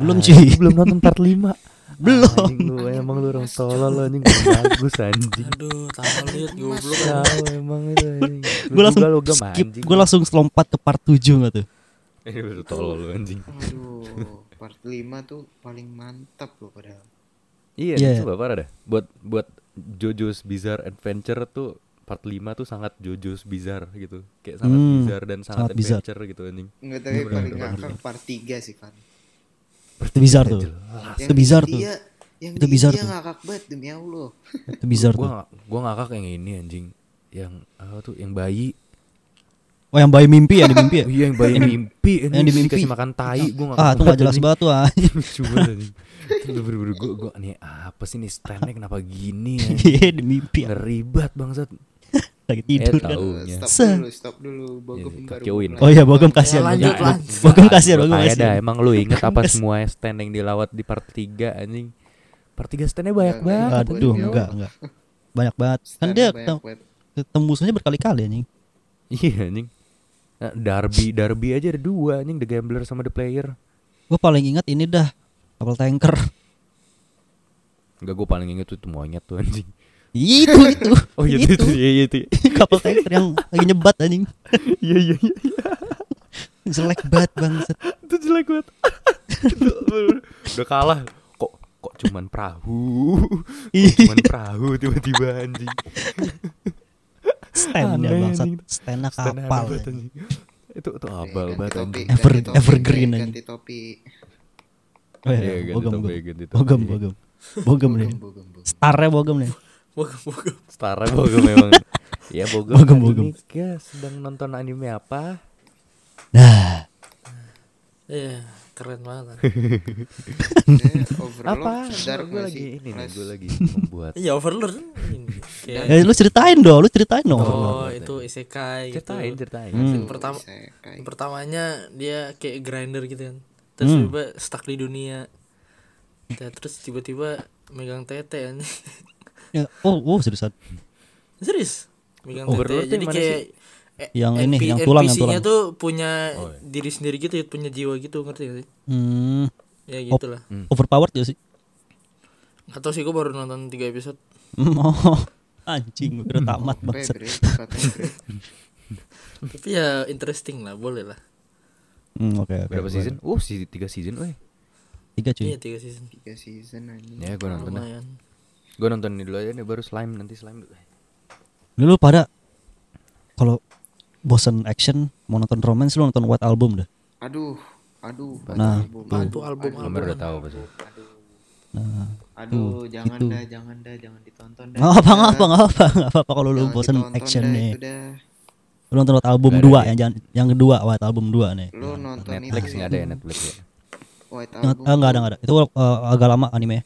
Belum Anjing, cuy. lu Belum nonton part 5. Belum. Ah, Anjing lu emang lu orang tolol lu anjing. Kurang Bagus anjing. Aduh, tahu lihat goblok. Tahu emang itu anjing. Lu Gue langsung juga lu gem, skip, anjing. gue langsung lompat ke part 7 nggak tuh? Eh, lu tolol lu anjing. Aduh, part 5 tuh paling mantap loh padahal. Iya, Iya. coba parah dah. Buat buat Jojo's Bizarre Adventure tuh part 5 tuh sangat Jojo's Bizarre gitu. Kayak sangat Hmm, bizarre dan sangat, sangat bizarre. adventure gitu anjing. Enggak tapi ya, paling ngakak part 3 sih kan. Itu bizar tuh. Itu bizar tuh. Iya, yang Itu itu bizar dia tuh. ngakak banget demi Allah. Itu bizar tuh. Gua Ah, gua ngakak yang ini anjing. Yang apa tuh yang bayi. Oh yang bayi mimpi ya di mimpi ya? Oh Iya yang bayi mimpi anjing. yang di mimpi. dikasih makan tai gua ngakak. Ah, itu nggak jelas banget tuh. ah. Coba anjing. Itu bener-bener gua gua nih apa sih nih standnya kenapa gini anjing. Iya di mimpi ya. Ngeribat bangsat. lagi tidur eh, kan. taunya. Stop Se- dulu, stop dulu. Bogum Iya, baru. kekeuin. mulai. Oh iya Bogem kasihan. Ya, lanjut, Bogem. lanjut. Bogem kasihan, Gua Bogem tanya dah, kasihan. Ya, emang lu inget apa Kasihan. semua stand yang dilawat di part 3 anjing? Part 3 standnya banyak Iya, banget. iya. Aduh, Bogem. enggak, enggak. Banyak banget. Kan Stand dia banyak tem- banget. tembusannya berkali-kali anjing. Iya anjing. Nah, Darby, Darby aja ada dua anjing, The Gambler sama The Player. Gue paling ingat ini dah kapal tanker. Enggak gue paling inget tuh, tuh monyet tuh anjing. Itu itu. Oh iya itu, itu, iya iya, itu. kapal tanker yang lagi nyebat anjing. Iya iya iya. Jelek banget bangset. Itu jelek banget. Itu bener-bener. Udah kalah. Kok kok cuman perahu. Kok cuman perahu tiba-tiba anjing. Stand ya Aneh, bangsat. anjing. Stand Stand aneh kapal. banget, anjing. anjing. Itu tuh Oke, abal Iya, ganti banget topi, anjing. ganti Ever- topi, evergreen ganti anjing. topi. Oh Iya, iya, ganti Bogem, topik, Bogem. ganti topik. Bogem, Bogem. Bogem nih. Bogum, bogum, bogum. Starnya Bogem nih. Bogem, bogem. Setara Bogem memang. ya Bogem. Bogem, hari Bogem. ini ke- sedang nonton anime apa? Nah, Iya, keren banget. Saya overload, apa? sadar gue nggak lagi sih? ini nih, Flash. gue lagi membuat. Iya, overlord. Kayak- eh, lu ceritain dong, lu ceritain dong. Oh, itu isekai gitu. ceritain, ceritain. Hmm. Yang pertama Saya kayak- yang pertamanya dia kayak grinder gitu kan. Terus Hmm. tiba stuck di dunia. Dan terus tiba-tiba megang tete kan. Ya, oh, oh seriusan. Serius? Megang Overlord tuh tete. Jadi yang mana kayak eh, Yang ini, NP yang tulang, yang NPC-nya tulang. Oh, iya. tuh punya diri sendiri gitu, ya, punya jiwa gitu, ngerti gak sih? Hmm, Ya gitulah. overpowered ya sih. Atau sih gue baru nonton 3 episode. Hmm, Oh, anjing, udah tamat Apa ya, bangsat. Bre? Katanya, Bre. Hmm. Tapi ya interesting lah, boleh lah. Hmm, oke, oke. Berapa season? Oh, si tiga season, weh. Tiga Iya, cuy. 3 season. Tiga season anjing. Ya, gue nonton. Lumayan. Gue nonton ini dulu aja nih, baru slime nanti slime. dulu. Ini Lu pada kalau bosen action mau nonton romance lu nonton White Album dah. Aduh, aduh. Nah, aduh, tuh. Tuh album album. Nomor udah tahu pasti. Nah, Aduh, jangan itu. dah, jangan dah, jangan ditonton dah. nggak apa nggak apa nggak apa nggak apa kalau lu Jangan bosen Nah, ditonton action dah, nih. itu dah. Lu nonton White Album Nggak ada dua dia. yang jangan yang kedua White Album dua nih. Lu nonton Netflix itu nggak ada ya Netflix ya. White Nggak Album. eh, nggak ada nggak ada. Itu eh, agak lama anime.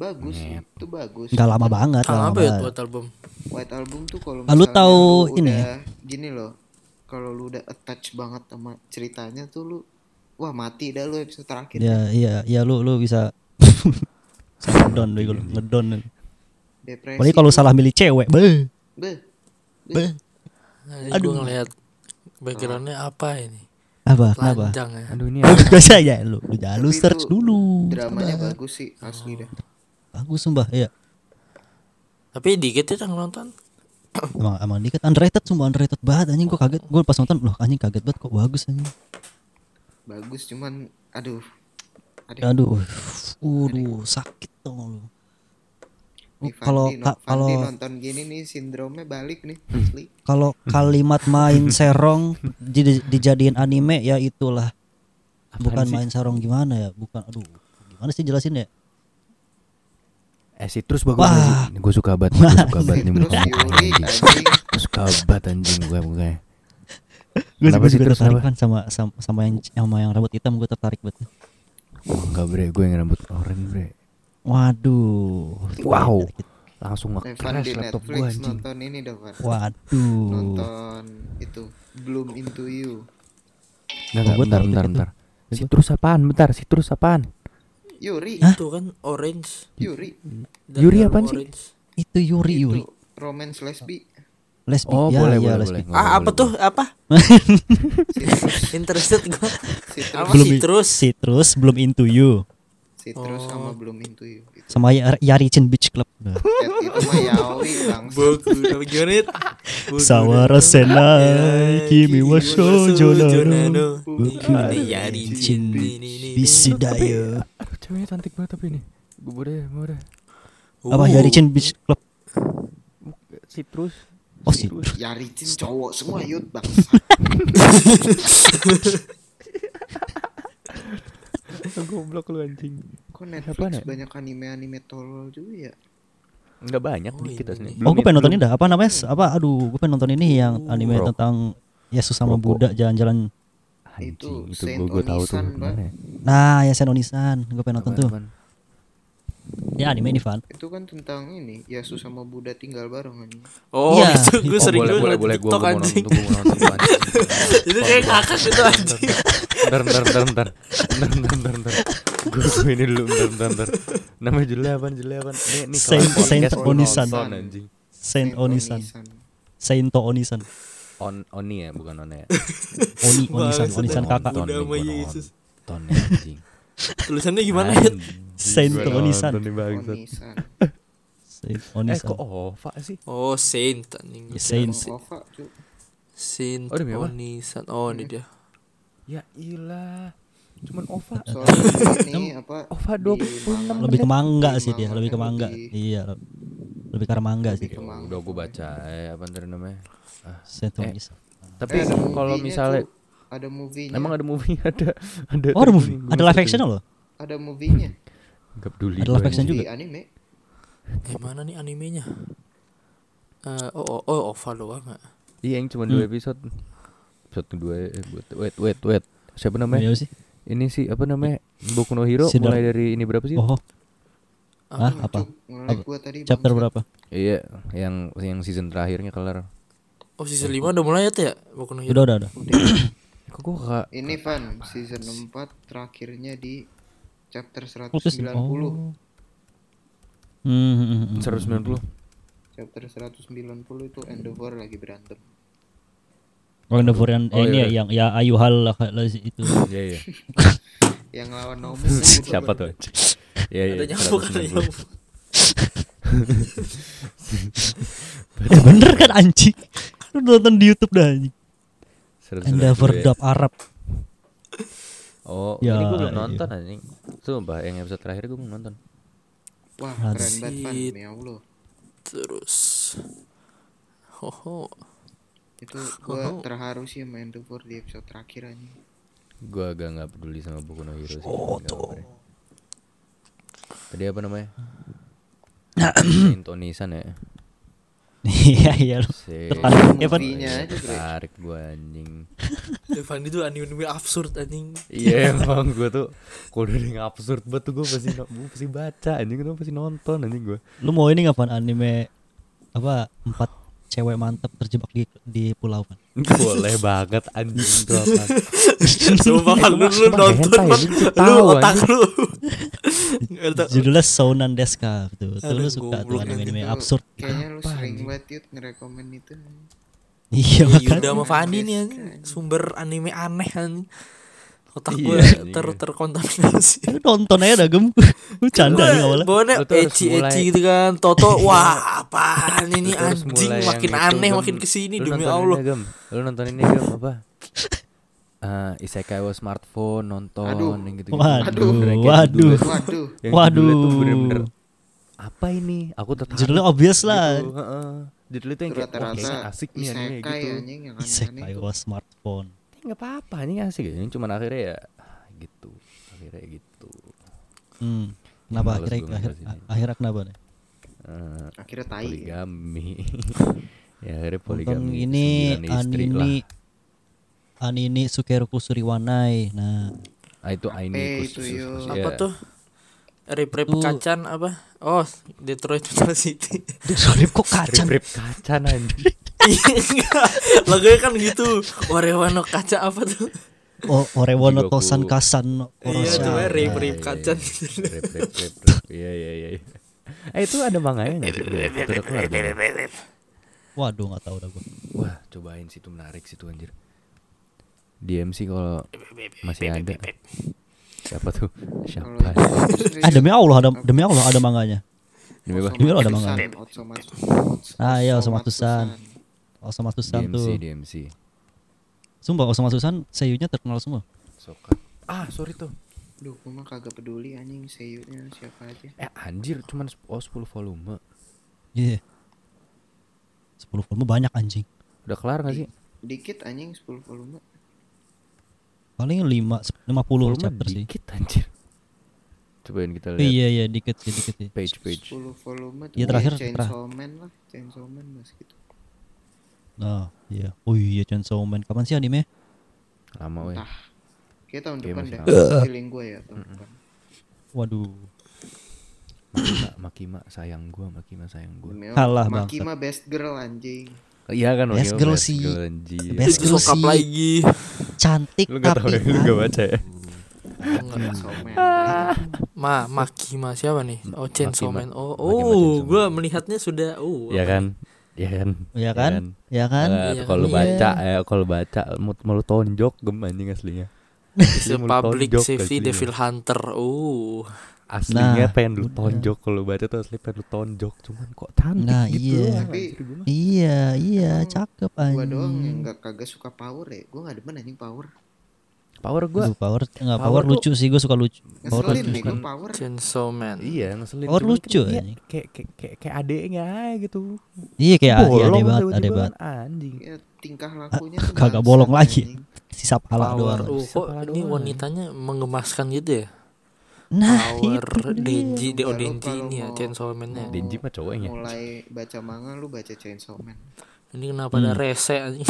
Bagus, itu bagus. Nggak lama banget. nggak Kalau Lama apa ya banget. buat album? White Album tuh kalau Ah, lu misalnya tahu lu ini ya? udah gini loh. Kalau lu udah attach banget sama ceritanya tuh lu wah mati dah lu episode terakhir. Ya iya iya lu lu bisa ngedon lu Iya, lu ngedon. Depresi. Apalagi kalau salah milih cewek. Beuh. Beh. Beuh. Nah, gue ngeliat backgroundnya apa ini? Apa? Apa? Lanjang ya. Aduh ini Biasa ya lu. Lu jangan lu Iya. Tapi search itu dulu. Dramanya bagus sih asli dah. Bagus sumpah, iya. Tapi dikit ya yang nonton. Emang emang dikit underrated sumpah underrated banget anjing gua kaget. Gua pas nonton loh anjing kaget banget kok bagus anjing. Bagus cuman aduh. Aduh, Aduh. Waduh, sakit dong lu. nih kalau- Fandi no- ka- Fandi kalau- Hmm. nonton gini nih sindromnya balik nih asli. Kalau Mhm. kalimat main serong di- dijadiin anime ya itulah. Bukan main serong gimana ya? Bukan aduh. Gimana sih jelasin ya? Eh citrus bagus Wah. sih. Gue suka banget, gue suka banget nih Terus mukanya. Yuri anjing. anjing. Gua suka banget anjing gue mukanya. Gue Kenapa juga sih terus tertarik kenapa? kan sama, sama sama yang sama yang rambut hitam gue tertarik banget. Wah, Enggak bre, gue yang rambut oranye bre. Waduh. Wow. Langsung Eh, Fandi nge-crash laptop gue Netflix anjing. nonton ini dah Fan. Waduh. Nonton itu Bloom into You. Enggak, enggak, gua bentar, tahu bentar, gitu. bentar. Gua- Citrus apaan? Bentar, citrus apaan? Yuri, Itu kan orange. Yuri. Dan Yuri baru apaan sih? orange. Itu Yuri Yuri. Itu romance lesbi. Lesbi. Oh, ya, boleh, ya, boleh, lesbi. boleh. Nggak, ah nggak, apa boleh, tuh apa Citrus, interested gua citrus, apa sih terus Citrus belum into you. Oh. citrus sama belum into you. Itu, ya, Sama Ya- Yaricin Beach Club. Nah. itu mah yaoi bang. Boku apa gimana it? Boku- Sawara senai kimi wa shoujo nano Shoujonano. Ini Yari Jin, ini, ini, ini. Bisudayo. Aduh, ceweknya cantik banget tapi ini. Gue boleh, gue boleh. Apa Oh. Yaricin Beach Club? Citrus. Oh, sih. Yaricin Ya, cowok semua yut bang. Goblok lu anjing. Kok Apaan Netflix ya? banyak anime-anime tolol juga ya? Enggak banyak Oh, dikit ini aslinya. Oh, gue pengen Belum- nonton ini dah. Apa namanya? Apa aduh, gue pengen nonton ini yang anime Oh, Rokok. tentang Yesus sama Rokok. Buddha jalan-jalan. Anjing, Itu itu Saint gue gue tahu tuh Onisan, Mbak. gimana ya? Nah, ya Senonisan, gue pengen nonton tuh. Apaan? Ya anime ini, Van. Itu kan tentang ini, Yasu sama Buddha tinggal bareng anjing. Oh, Iya. itu gue Oh, sering boleh, dulu boleh, boleh. ngeliat Gue TikTok mau nonton, anjing. gue mau nonton tuh anjing. Itu kayak kakak itu anjing. Ntar ntar ntar ntar ntar ntar ntar ntar Gue gue ini dulu ntar ntar ntar Nama judulnya apaan judulnya apaan Nih nih kalau Saint- podcast Saint gue Onisan. nonton, anjing. Saint Onisan. Sainto Onisan. On Oni ya bukan One ya Oni Onisan, Bangsat, Onisan Kan emang. kakak. Udah Udah sama Yesus. Ton ya, anjing Tulisannya gimana ya? Anjing, Saint gua nonton Onisan. nih, bangsat. Onisan. Saint Eh Onisan. kok Ova sih Oh, Saint anjing. Ya, Saint. Ova cu. Saint Oh, demi apa? Onisan. Oh, ini dia. Ya ilah Cuman Ova Soalnya ini apa? Ova di 26 manga. Lebih ke mangga sih dia, Manga lebih ke kan mangga. lebih- Iya, le- lebih ke arah mangga sih. Lebih ke manga. Ya Udah gue baca eh apa ntar namanya Ah, Saint Eh, Onisan. Tapi Eh, ada kalau movie-nya, misalnya Cu. ada movie-nya. Emang ada movie ada ada Oh, ada tadi movie, nih, ada gua masuk live tuh. action loh. Ada movie-nya. Gak peduli Ada gua live action anjing. Hmm. juga. Di anime. Gimana nih animenya? Eh, oh, oh, oh, Ova doang nggak? Iya yang Hmm. cuma dua episode Episode kedua eh, buat- Wait wait wait Siapa namanya? Iya sih. Ini sih apa namanya? Boku no Hero Sidar- mulai dari ini berapa sih? Oh. Apa? Hah, apa? Ngelag Apa? gua tadi. Chapter bangsat. berapa? Iya yang yang season terakhirnya kelar Oh, season 5 udah mulai ya, Teh, ya? Boku no Udah, Hero. udah, udah. Kok gue kak Ini Van, season 4 terakhirnya di chapter Oh, terus- 190. oh. Hmm, hmm, hmm, hmm. 190 Chapter 190 itu Endeavor lagi berantem. Oh, yang Devor yang Oh, eh, ini iya, ya, yang ya Ayuhal lah lah, itu. Iya iya Yang lawan Nomu Siapa tuh? Iya Ada iya nyamuk ada 190. nyamuk. Eh, bener kan anjing? Lu nonton di YouTube dah anjing. 190 Endeavor ya. dub Arab. Oh Ya, ini gue belum iya. nonton anjing Sumpah yang episode terakhir gue belum nonton Oh. Wah, keren Shit. banget Van, ya Allah. Terus. Oh, Itu gua terharu sih sama Endeavor di episode terakhir aja. Gue agak gak peduli sama Boku no Hero sih nggak apa-apa. Tadi apa namanya? Intonisan ya Iya, iya lu. Sih. Tertarik ya, Van? Movie-nya aja, Bre. Tarik gue anjing Evan itu anime-anime absurd anjing. Iya emang gue tuh Kalau udah ada yang absurd banget tuh gue pasti, no- gua pasti baca anjing Gue pasti nonton anjing gue Lu mau ini ngapain anime apa empat cewek mantap terjebak di di pulau kan? Boleh banget anjing tuh apa Sumpah Bang, lu, lu Emang nonton hentai ya, Bang. lu bisa Lu tahu, otak lu Nggak tahu. Judulnya Sonan Deska tuh. Tuh lu Aduh, suka tuh goblok anime-anime Itu absurd. Kayaknya lu sering banget yut ngerekomen itu. Ya, Iya, Iya, Yuda makanya. sama Fandi nih anjing Sumber anime aneh anjing Otak Iya, gue anjing. ter terkontaminasi Lu nonton aja dah gem. Lu canda nih awalnya. Bawanya Lu tuh harus eci mulai- eci gitu kan Toto Wah apaan Iya. ini Lu harus anjing mulai yang Makin itu, aneh Gem. makin kesini Lu demi nonton Allah ini, Gem. Lu nonton ini Gem apa? Eh, isekai wa smartphone nonton Aduh. yang gitu-gitu. Waduh, Bener-bener kayak waduh. judulnya- Waduh, yang judulnya tuh Waduh. bener-bener, apa ini? Aku tertarik. Judulnya obvious lah. Gitu, heeh. Judulnya tuh yang kayak wah, kayaknya rata-rata asik nih anime isekai ya. gitu. anjing yang aneh-aneh Isekai oh. itu. wa smartphone. Enggak apa-apa, anjing asik ya. Cuman akhirnya ya ah, gitu. Akhirnya gitu. Hmm. Kenapa Males akhirnya gua akhir, ngebahas ini. akhirnya kenapa nih? Eh, Akhirnya tai. ya. poligami. ya akhirnya Nonton poligami. ini sembilan istri lah. Anini Anini Sukeruku Suriwanai. Nah, Ah itu Aini itu, khusus, yo? khusus, Apa ya. tuh Rip rip Itu- kacan apa Oh Detroit Metal City Sorry kok kacan. Rip kaca anjing. Iya enggak Lagunya kan gitu Warewano kaca apa tuh Oh, Orewono Jigoku. Tosan Kasan Iya, Orosha. coba rip Ah, rip iya, kacan. iya. Rip rip rip. iya. rip. Iya iya iya. Eh itu ada manganya nggak sih? Udah, udah keluar belum? Waduh nggak tahu dah gue. Wah, cobain sih itu menarik sih tuh anjir. DMC kalau masih ada. Siapa tuh? Kalau Siapa? Iya. Ah demi Allah ada demi Allah ada manganya. Demi apa? Demi Allah ada mangga. Ah, iya, ya Otomatusan. Osama Susan DMC, tuh. DMC. Sumpah Osama Susan seiyunya terkenal semua. Soka. Ah, sorry tuh. Duh, gue mah kagak peduli anjing seiyunya siapa aja. Eh anjir, cuman sep- oh, 10 volume. Iya. 10 volume banyak anjing. Udah kelar gak sih? Dikit anjing 10 volume. Paling 5 Volume 50 chapter sih. dikit anjir. Cobain kita lihat Iya iya dikit sih dikit sih. page page. 10 volume tuh Iya, terakhir- kayak Chainsaw Man lah, Chainsaw Man mas gitu. Nah, iya. Oh iya Chainsaw Man. Kapan sih anime? Lama weh. Entah. Nah, Kayak tahun Oh, Iya, depan masih deh. Feeling gue ya tahun depan. Waduh. Makima, Makima sayang gua, Makima sayang gua. Demi Allah, Kalah, Bang. Makima best girl anjing. Iya kan Best Makima, girl sih. girl, anjir. Best girl. Sokap sih. lagi. Cantik Lu gak tau tapi kan? ya, lu gak baca ya. Hmm. Chainsaw Man. Ah. Ma, Makima siapa nih? Oh, Chainsaw Makima. Man. Makima Oh, oh, Chainsaw gue Man. melihatnya sudah. Oh, Iya kan? Iya kan? Ya kan? Ya kan? Eh, Iya kalau kan? baca eh kalau baca mau, mau lu tonjok gem anjing aslinya. Se Aslinya mau lu Public tonjok Safety aslinya. Devil Hunter. Oh, Aslinya Nah, pengen lu tonjok kalau lu baca tuh asli pengen lu tonjok cuman kok cantik Nah, gitu. iya. loh, Tapi- anjir, gua mah. Iya, iya, cakep Gue doang yang anjing. gak kagak suka power ya. Gue gak demen anjing power. Power gua. Lu power enggak Power power tuh- lucu sih, gue suka lucu. Power Ngeselin lucu nih gue kan. power. Chainsaw Man. Iya, ngeselin. Power cuman lucu, dia anjing. kayak kayak kayak, kayak adeknya aja gitu. Iya kayak iya, Bolong aneh banget, aneh tiba-tiba banget. kan, anjing. Ya, tingkah lakunya tuh Ah, Kagak bangsat, bolong lagi. anjing. Sisa pala doang. Power. Oh, Bisa kok pala ini doang. wanitanya mengemaskan gitu ya? Iya, Nah, Power Denji, Kalau- oh Denji kalau ini ya mau- Chainsaw Man-nya. Denji mah cowoknya. Nah, Mulai baca manga lu baca Chainsaw Man. Ini kenapa ada Hmm. rese anjing?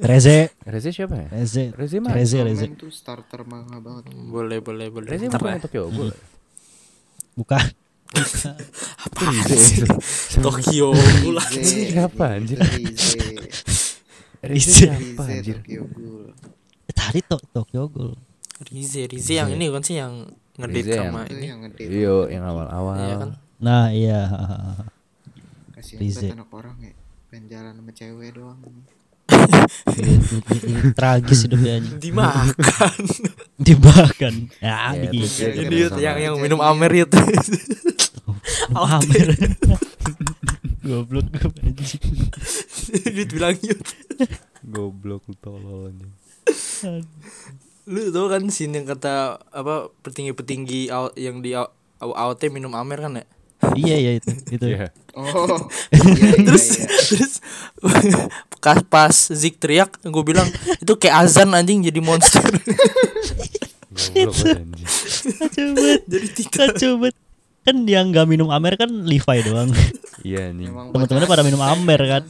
Reze, Reze siapa ya? Reze, Reze mah. Reze, Chainsaw Reze. Man tuh starter manga banget. boleh, boleh, boleh. Reze Ntar bukan ya. Tokyo Ghoul. Bukan. Apaan sih? Tokyo pula. Rize, siapa, gitu, anjir? Rize, Reze Reze. siapa Rize anjir? Tokyo Ghoul. Tadi to Tokyo Ghoul. Rize, Rize yang ini bukan sih yang ngedit Rize yang- sama Itu ini. yang ngedit. Yo, yang Iya kan? awal-awal. Nah, iya. Kasihan Rize. banget anak orang ya. Pengen jalan sama cewek doang. Tragis hidupnya anjing. Dimakan. Dimakan. Ya, Iya, begini. terus dia Ini ketemu sama- yang yang minum Amer itu. Hampir. Goblok gue anjing. Dit bilang yuk. Goblok lu tolol anjing. Lu tau kan scene yang kata apa petinggi-petinggi au- yang di au- au- AOT minum Amer kan ya? Iya, iya itu. Itu. Iya. Oh. iya. Terus Terus Iya, pas, pas Zik teriak, gue bilang itu kayak azan anjing jadi monster. Goblok lu anjing. Kacau banget. jadi tidak. Kacau banget. Kan yang gak minum Amer kan Levi doang. Iya anjing. Teman-temannya pada minum Amer kan.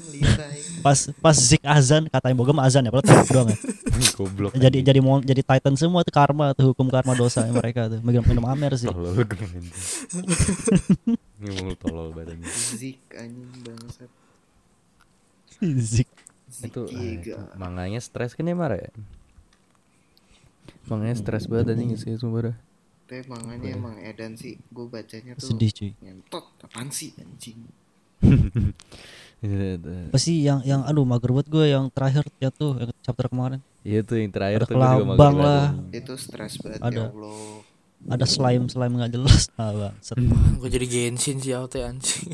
Pas pas Zik azan, katanya Bogem azan ya, padahal teriak doang ya. Goblok. jadi jadi mon- jadi titan semua tuh karma tuh hukum karma dosa mereka tuh minum minum amer sih tolol lu dong anjing. Ini mau lu tolol banget anjing. Zik anjing bangsat. Zik. Zik iya, Itu, ah, itu Giga. manganya stres kan ya Mar ya? Manganya stres banget anjing sih sumpah dah. Tapi manganya Iya. emang edan sih. Gue bacanya tuh sedih cuy ngentot. Apaan sih anjing? apa sih yang yang aduh mager buat gue yang terakhir ya tuh yang chapter kemarin Iya tuh yang Ada terakhir tuh gua juga mager kelabang banget. lah. Itu stres banget Ada. ya Allah. ada slime slime nggak jelas ah bang set. Hmm. gue jadi Genshin sih AOT anjing.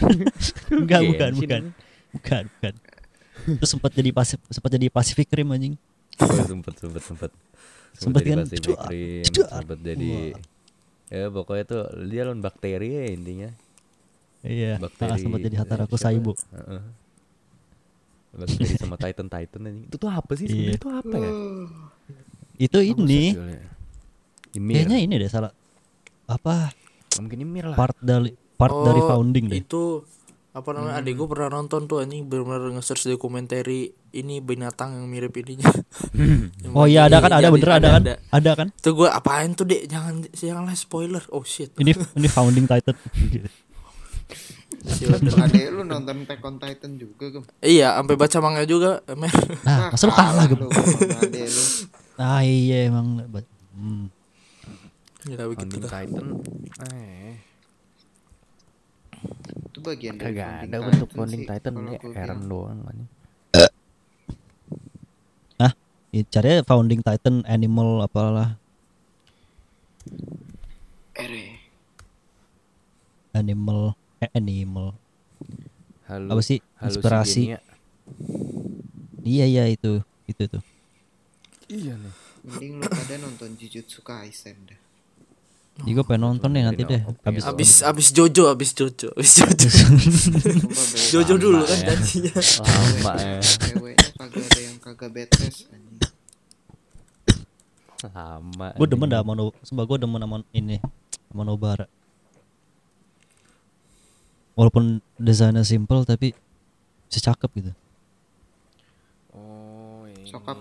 enggak bukan Genshin. bukan bukan bukan terus sempat jadi pasif sempat jadi Pacific Rim anjing Oh, sempet sempet sempet. Sempet jadi kan? Pacific Ceduak, Rim, ceduak. sempet jadi ya pokoknya tuh dia lawan bakteri ya intinya. iya Bakteri. ah, sempat jadi Hataraku eh, siapa? Saibo Heeh. Bakteri sama Titan Titan anjing. Itu tuh apa sih Iya. sebenarnya itu apa ya? Uh. itu ini Ini kayaknya ini deh salah apa mungkin Imir lah. part dari part dari Oh, founding deh Itu apa Hmm. namanya? Adik gue pernah nonton tuh anjing benar-benar nge-search dokumentari ini binatang yang mirip ininya. Yang oh iya ada mati, kan ada jadi bener ada kan ada kan Tuh gue apain tuh, Dek? Jangan janganlah spoiler. Oh shit. ini ini founding titan Sial. Adek lu nonton Attack on Titan juga, Gem. iya, sampai baca manga juga, eh, men. Ah, nah masa lu kalah gitu lu sama adek lu. ah iya emang ba- hmm. Gila begitu Founding dah. Titan. Eh. Itu bagian dari Kagak Founding ada bentuk Titan Founding sih, Titan kalau ini gua Eren bilang. doang kan. Hah? Ya, caranya founding titan animal apalah Ere. animal eh, animal Halo. Apa sih? Inspirasi. halusinogenia. iya iya itu itu tuh Iya nih. Mending lu pada nonton Jujutsu Kaisen dah. Jadi gue Iya, pengen nonton deh nanti deh habis Abis abis Jojo, abis Jojo, abis Jojo. Sumpah bego. Jojo dulu kan ya. tadinya. Lama ya. Cewek- Ceweknya kagak ada yang kagak betes anjing. Lama. gue demen dah mono sebab gue demen sama ini sama Nobara walaupun desainnya simple tapi bisa cakep gitu Oh, ini. Sokap.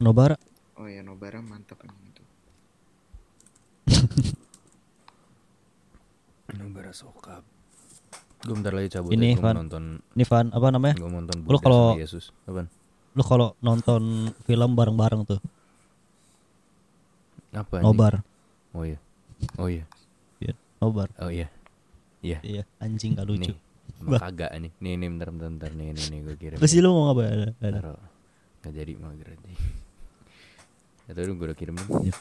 Nobara Oh ya Nobara mantep emang itu. Nobara sokap. Gue bentar lagi cabut. Ini, ya, gua mau Van. nonton ini Van apa namanya gue nonton Lu kalau- sama Yesus. Apaan? lu kalau nonton film bareng-bareng tuh Apa? anjing? Nobar Oh iya. Oh iya. Iya, Nobar Oh iya. Iya. iya anjing gak lucu Nih. Emang kagak nih. Nih nih bentar bentar, bentar. Nih nih nih gue kirim. Apa sih lu mau ngapain? Taruh. Nggak jadi mau gerti. Atau lu gue udah kirim nih. Iya.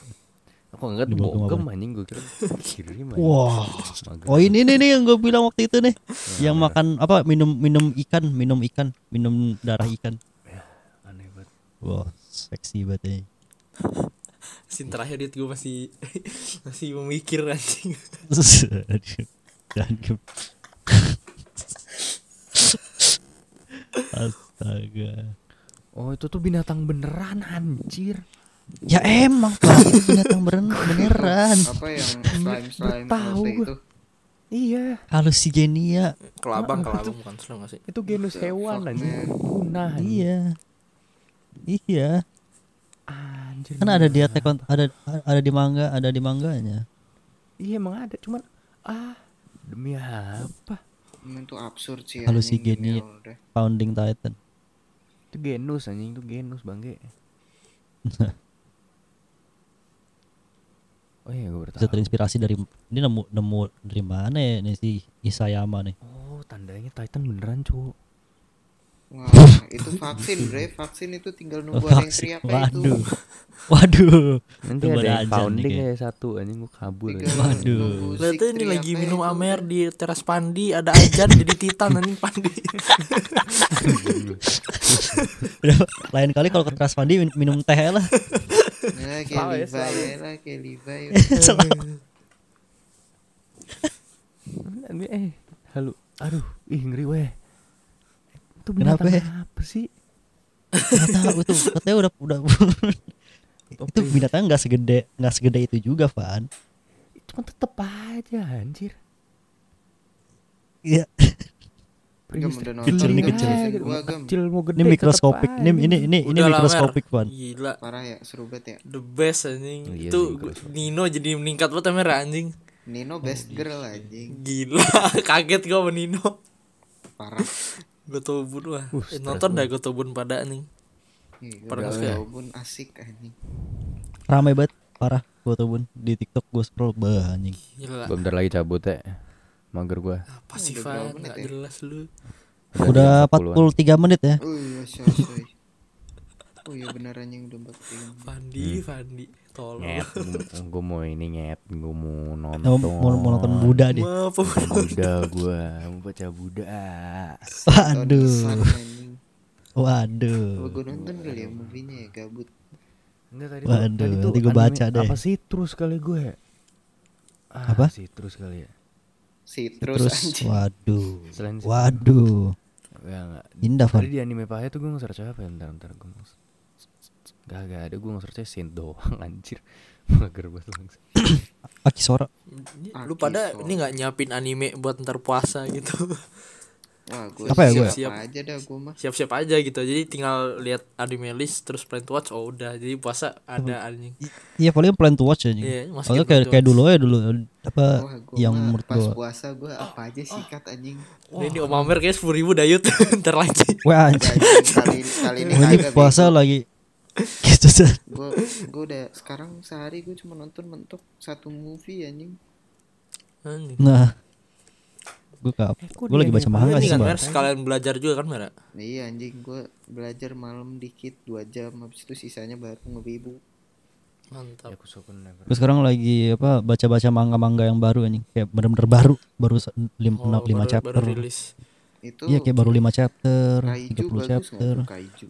Aku enggak Di tuh bawah bokep anjing gue kirim. Kirim ya? aja. Wah. Mager. Iya, Oh ini nih nih yang gue bilang waktu itu nih, yang makan apa minum minum ikan, minum ikan, minum darah ikan. Iya, Aneh banget. Wah, seksi banget ini. Sin terakhir itu gue masih masih memikir anjing. Aduh, Jangan ke- Astaga. Oh itu tuh binatang beneran anjir. Ya emang Pak, itu binatang beren- beneran. Apa yang slime slime Tahu tahu gua. itu? Iya, Halusigenia. Kelabang kelabang bukan selam gak sih? itu genus hewan fuck, anjing. man. Punah anjing. Iya. Iya. Anjir. Kan ada di Attack on- ada ada di manga, ada di manganya. Iya emang ada, cuman ah demi apa? Emang Hmm, itu absurd sih. Halusigenia. anjing, ya udah. Founding Titan. Itu genus anjing, itu genus bangke. Oh iya gue bisa bertahu. terinspirasi dari ini nemu nemu dari mana ya nih si Isayama nih Oh tandanya Titan beneran cu. Wah, itu vaksin, Bre. Vaksin itu tinggal nunggu ada yang Vaksin. teriak gitu. apa itu. waduh waduh Nanti Coba ada yang aja nih founding kayak. ya satu anjing gue kabur. Tinggal anjing. Waduh. nunggu Lah sik tuh ini teriak lagi apa minum itu. Amer di teras Pandi ada ajan jadi Titan anjing Pandi. Udah, lain kali kalau ke Trans Pandi min- minum teh lah Nah, Selalu ya, kayak Levi, selalu. lah, kayak Levi. Ini, Eh halo, aduh, ih ngeri weh. Itu Kenapa, binatang eh? apa sih? nggak tahu tuh katanya udah udah itu binatang nggak segede nggak segede itu juga Van Cuman tetep aja anjir. Iya, Gem, Prehistor- udah Kecil nonton nih, dah, kecil. anjing gua, Gem. Kecil mau gede ini tetep mikroskopik, aja. ini ini ini ini Udah lah, Mer. ya? mikroskopik Van. Gila Parah ya, seru banget ya. the best anjing. Iya itu sih, gua- Nino jadi meningkat banget Amer anjing. Nino best iya girl anjing. Gila kaget gue sama Nino. Parah. Gotobun wah. Uh, Eh, stres nonton dah Gotobun pada anjing. Ih, Parah Parah ya. pun Iya, asik anjing. Ramai banget, parah. Gue tuh Bun. di TikTok gue scroll bah anjing. Gila. Gua bentar lagi cabut ya. Mager gua. Apa sih Fan? menit Gak ya? jelas lu. Udah 40-an. 43 menit ya. Oh iya, soy soy. Oh iya benar anjing udah empat film. Fandi, Hmm. Fandi, tolong. Nyet, gue mau ini nyet, gue mau nonton. Mau, mau, mau nonton Buddha deh. Maaf. Buddha gue, mau baca Buddha. Waduh, Son, anjing. Apa waduh. gue nonton kali ya movie-nya ya gabut. Enggak tadi Waduh, nanti gua anime baca deh. Apa sih terus kali gue? ya? Ah, Apa? Sih terus kali ya. Si terus, Terus, anjing. waduh, Selain situ. waduh, Ya enggak. indah Tadi Van. di anime pahit tuh gue nggak search apa ya, ntar ntar gue mau. Gak, gak ada gue nggak search Saint doang anjir. Mager banget langsung. Akisora, Lu pada ini nggak nyiapin anime buat ntar puasa gitu. Wah, gue Apa ya, gua? siap Siap. aja dah gue mah. Siap-siap aja gitu. Jadi tinggal lihat anime list terus plan to watch. Oh udah. Jadi puasa ada anjing. I- iya paling plan to watch aja. Iya, masukin Soalnya plan kayak to kayak watch. dulu ya dulu apa Wah, gua yang mah menurut pas gua. puasa gue apa aja sikat anjing. Ini Ini Om Amer kayak sepuluh ribu dayut ntar lagi. Wah, Udah, anjing. anjing, kali kali ini Gua ini puasa lagi. Gitu San. Gue gue udah sekarang sehari gue cuma nonton mentok satu movie anjing. Anjing. Nah, Eh, gue kap gue lagi baca manga sih Ini kan bang Mer sekalian belajar juga kan Mer? Iya anjing gue belajar malam dikit dua jam habis itu sisanya baru ngebibu. Mantap. aku suka never gue sekarang lagi apa baca baca manga manga yang baru anjing kayak bener-bener baru baru se- lim, Oh, enam lima baru- chapter Baru rilis. Itu iya kayak baru lima chapter 30 kaiju bagus nggak chapter tuh kaiju?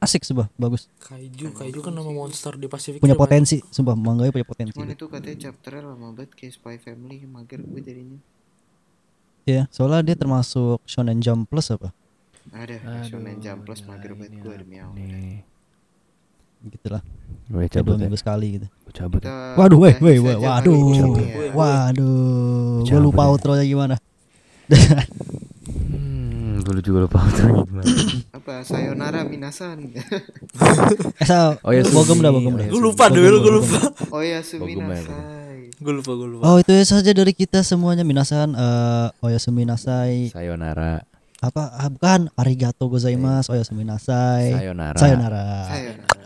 asik sumpah bagus Kaiju, Kaiju kan nama monster di Pasifik. punya Rim, kan? potensi sumpah manganya punya potensi Cuman itu katanya chapternya lama banget kayak Spy Family mager gue jadinya. ya soalnya dia termasuk shonen jump plus apa Ada Shonen Jump Plus nah mager banget gue demi Allah. Nih. gitulah Gue gitu kayak dua cabut ya. minggu sekali gitu Gue cabut ya. Eh, Kita waduh weh weh udahi saja weh kali waduh ini ya. Weh, weh. waduh gue Cabut lupa ya. outro nya gimana Hmm, gue juga lupa outro gimana. Apa sayonara minasan. eh Sal, Oh, ya, bogem Sumi. dah bogem Oh, dah ya, Gue lupa Bogem, dulu, gue bogem. lupa. oh ya Bagus, Mer. suminasai. Gue lupa, gue lupa. Oh itu saja dari kita semuanya minasan eh oyasumi nasai Sayonara. apa ah, bukan arigato gozaimasu oyasumi nasai Eh, Sayonara. sayonara Sayonara.